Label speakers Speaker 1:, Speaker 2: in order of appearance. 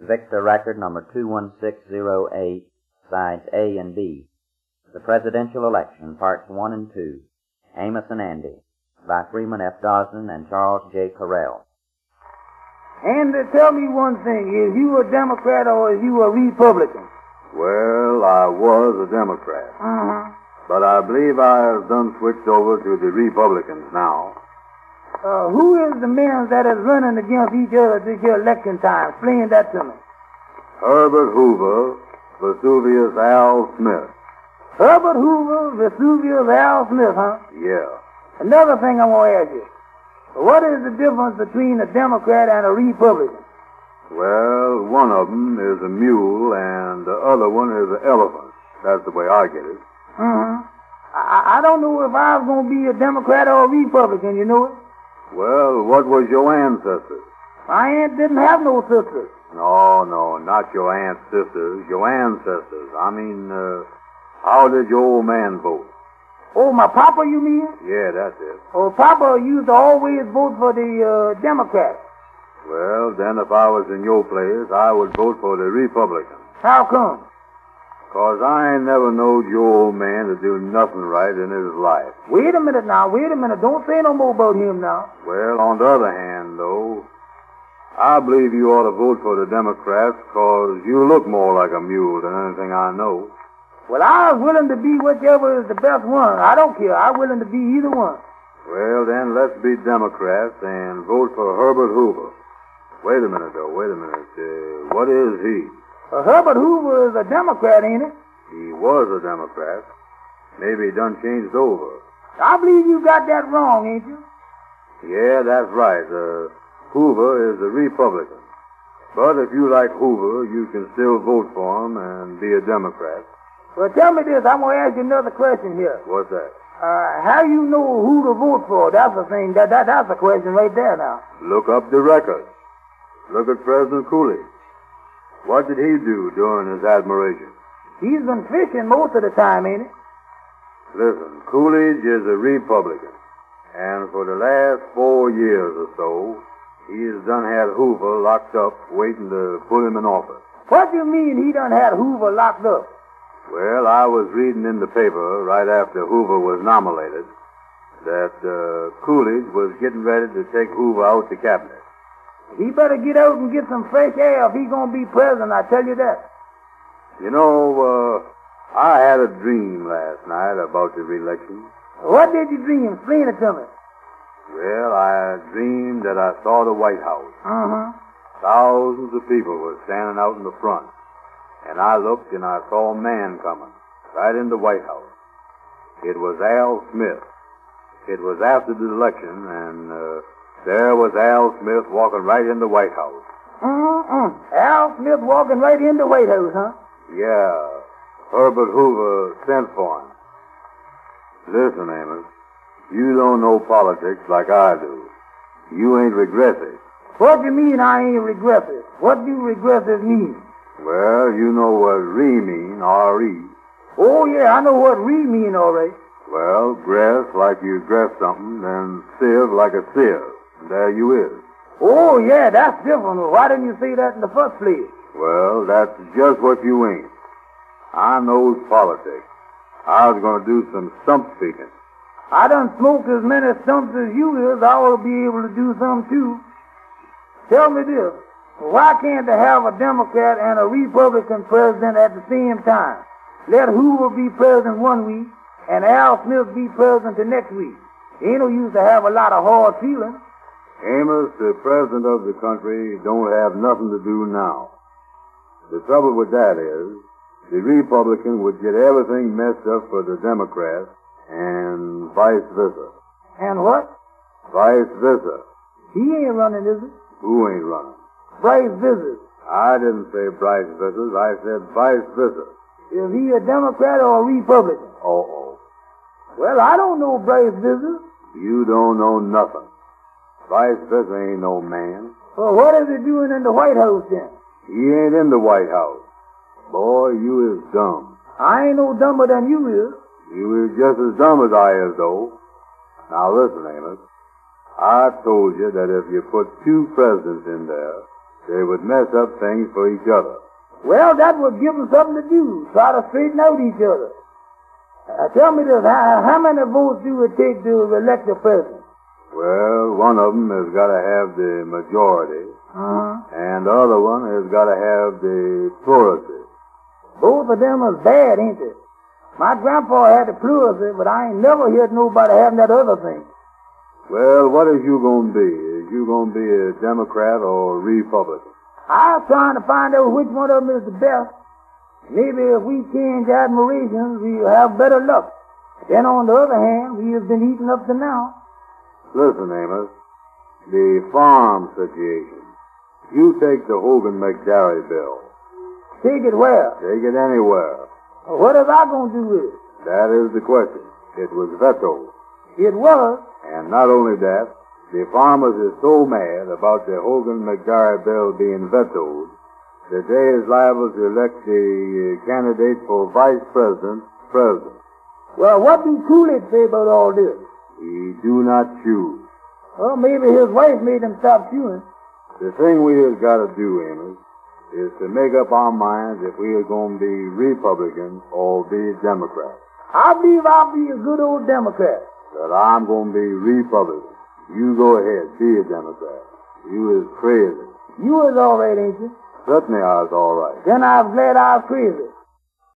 Speaker 1: Victor record number 21608, sides A and B. The Presidential Election, Parts 1 and 2. Amos and Andy, by Freeman F. Dawson and Charles J. Carrell.
Speaker 2: Andy, tell me one thing. Is you a Democrat or is you a Republican?
Speaker 3: Well, I was a Democrat,
Speaker 2: Uh-huh.
Speaker 3: but I believe I have done switched over to the Republicans now.
Speaker 2: Uh, who is the men that is running against each other this year election time? Explain that to me.
Speaker 3: Herbert Hoover, Vesuvius Al Smith.
Speaker 2: Herbert Hoover, Vesuvius, Al Smith, huh?
Speaker 3: Yeah.
Speaker 2: Another thing I want to ask you. What is the difference between a Democrat and a Republican?
Speaker 3: Well, one of 'em is a mule and the other one is an elephant. That's the way I get it.
Speaker 2: Mm-hmm. I, I don't know if I was going to be a Democrat or a Republican, you know it?
Speaker 3: Well, what was your ancestors?
Speaker 2: My aunt didn't have no sisters.
Speaker 3: No, no, not your aunt's sisters, your ancestors. I mean, uh, how did your old man vote?
Speaker 2: Oh, my papa, you mean?
Speaker 3: Yeah, that's it.
Speaker 2: Oh, papa used to always vote for the uh, Democrats.
Speaker 3: Well, then if I was in your place, I would vote for the Republicans.
Speaker 2: How come?
Speaker 3: Cause I ain't never knowed your old man to do nothing right in his life.
Speaker 2: Wait a minute now, wait a minute. Don't say no more about him now.
Speaker 3: Well, on the other hand, though, I believe you ought to vote for the Democrats cause you look more like a mule than anything I know.
Speaker 2: Well, I was willing to be whichever is the best one. I don't care. I'm willing to be either one.
Speaker 3: Well, then, let's be Democrats and vote for Herbert Hoover. Wait a minute, though. Wait a minute. Uh, what is he?
Speaker 2: Uh, Herbert Hoover is a Democrat, ain't he?
Speaker 3: He was a Democrat. Maybe he done changed over.
Speaker 2: I believe you got that wrong, ain't you?
Speaker 3: Yeah, that's right. Uh, Hoover is a Republican. But if you like Hoover, you can still vote for him and be a Democrat.
Speaker 2: Well, tell me this. I'm going to ask you another question here.
Speaker 3: What's that?
Speaker 2: Uh, how you know who to vote for? That's the thing. That, that That's the question right there now.
Speaker 3: Look up the records. Look at President Coolidge. What did he do during his admiration?
Speaker 2: He's been fishing most of the time, ain't he?
Speaker 3: Listen, Coolidge is a Republican, and for the last four years or so, he has done had Hoover locked up, waiting to put him in office.
Speaker 2: What do you mean he done had Hoover locked up?
Speaker 3: Well, I was reading in the paper right after Hoover was nominated that uh, Coolidge was getting ready to take Hoover out the cabinet.
Speaker 2: He better get out and get some fresh air if he's going to be president, I tell you that.
Speaker 3: You know, uh, I had a dream last night about the election.
Speaker 2: What did you dream? Explain it to me.
Speaker 3: Well, I dreamed that I saw the White House.
Speaker 2: Uh-huh.
Speaker 3: Thousands of people were standing out in the front. And I looked and I saw a man coming, right in the White House. It was Al Smith. It was after the election, and uh, there was Al Smith walking right in the White House.
Speaker 2: Mm-mm. Mm-hmm. Al Smith walking right in the White House, huh?
Speaker 3: Yeah, Herbert Hoover sent for him. Listen, Amos, you don't know politics like I do. You ain't regressive.
Speaker 2: What do you mean I ain't regressive? What do regressive mean?
Speaker 3: Well, you know what re mean, R-E.
Speaker 2: Oh, yeah, I know what we mean all right.
Speaker 3: Well, grass like you grass something, and sieve like a sieve. There you is.
Speaker 2: Oh, yeah, that's different. Why didn't you say that in the first place?
Speaker 3: Well, that's just what you ain't. I knows politics. I was gonna do some stump speaking.
Speaker 2: I done smoked as many stumps as you is. I will be able to do some, too. Tell me this. Why can't they have a Democrat and a Republican president at the same time? Let Hoover be president one week and Al Smith be president the next week. Ain't no use to have a lot of hard feelings.
Speaker 3: Amos, the president of the country, don't have nothing to do now. The trouble with that is, the Republican would get everything messed up for the Democrats, and vice versa.
Speaker 2: And what?
Speaker 3: Vice versa.
Speaker 2: He ain't running, is it?
Speaker 3: Who ain't running?
Speaker 2: Bryce Vissers.
Speaker 3: I didn't say Bryce versus. I said vice versa.
Speaker 2: Is he a Democrat or a Republican?
Speaker 3: Oh, oh.
Speaker 2: Well, I don't know Bryce Vissers.
Speaker 3: You don't know nothing. Vice versa ain't no man.
Speaker 2: Well, what is he doing in the White House then?
Speaker 3: He ain't in the White House. Boy, you is dumb.
Speaker 2: I ain't no dumber than you is.
Speaker 3: You is just as dumb as I is, though. Now listen, Amos. I told you that if you put two presidents in there, They would mess up things for each other.
Speaker 2: Well, that would give them something to do, try to straighten out each other. Uh, tell me this, how, how many votes do it take to elect a president?
Speaker 3: Well, one of them has got to have the majority,
Speaker 2: Uh-huh.
Speaker 3: and the other one has got to have the plurality.
Speaker 2: Both of them is bad, ain't they? My grandpa had the pleurisy, but I ain't never heard nobody having that other thing.
Speaker 3: Well, what is you gonna be? Is you gonna be a Democrat or a Republican?
Speaker 2: I was trying to find out which one of them is the best. Maybe if we change admirations, we'll have better luck. Then on the other hand, we have been eating up to now.
Speaker 3: Listen, Amos, the farm situation. You take the Hogan McDowell bill.
Speaker 2: Take it where?
Speaker 3: Take it anywhere.
Speaker 2: What is I gonna do with it?
Speaker 3: That is the question. It was vetoed.
Speaker 2: It was.
Speaker 3: And not only that, the farmers are so mad about the Hogan McDowell bill being vetoed that they is liable to elect the uh, candidate for vice president president.
Speaker 2: Well, what do Coolidge say about all this?
Speaker 3: He do not choose.
Speaker 2: Well, maybe his wife made him stop chewing.
Speaker 3: The thing we has got to do, Amos, is to make up our minds if we are going to be Republican or be Democrat.
Speaker 2: I believe I'll be a good old Democrat.
Speaker 3: That I'm going to be Republican. You go ahead, be a Democrat. You is crazy.
Speaker 2: You is all right, ain't you?
Speaker 3: Certainly I was all right.
Speaker 2: Then I'm glad I was crazy.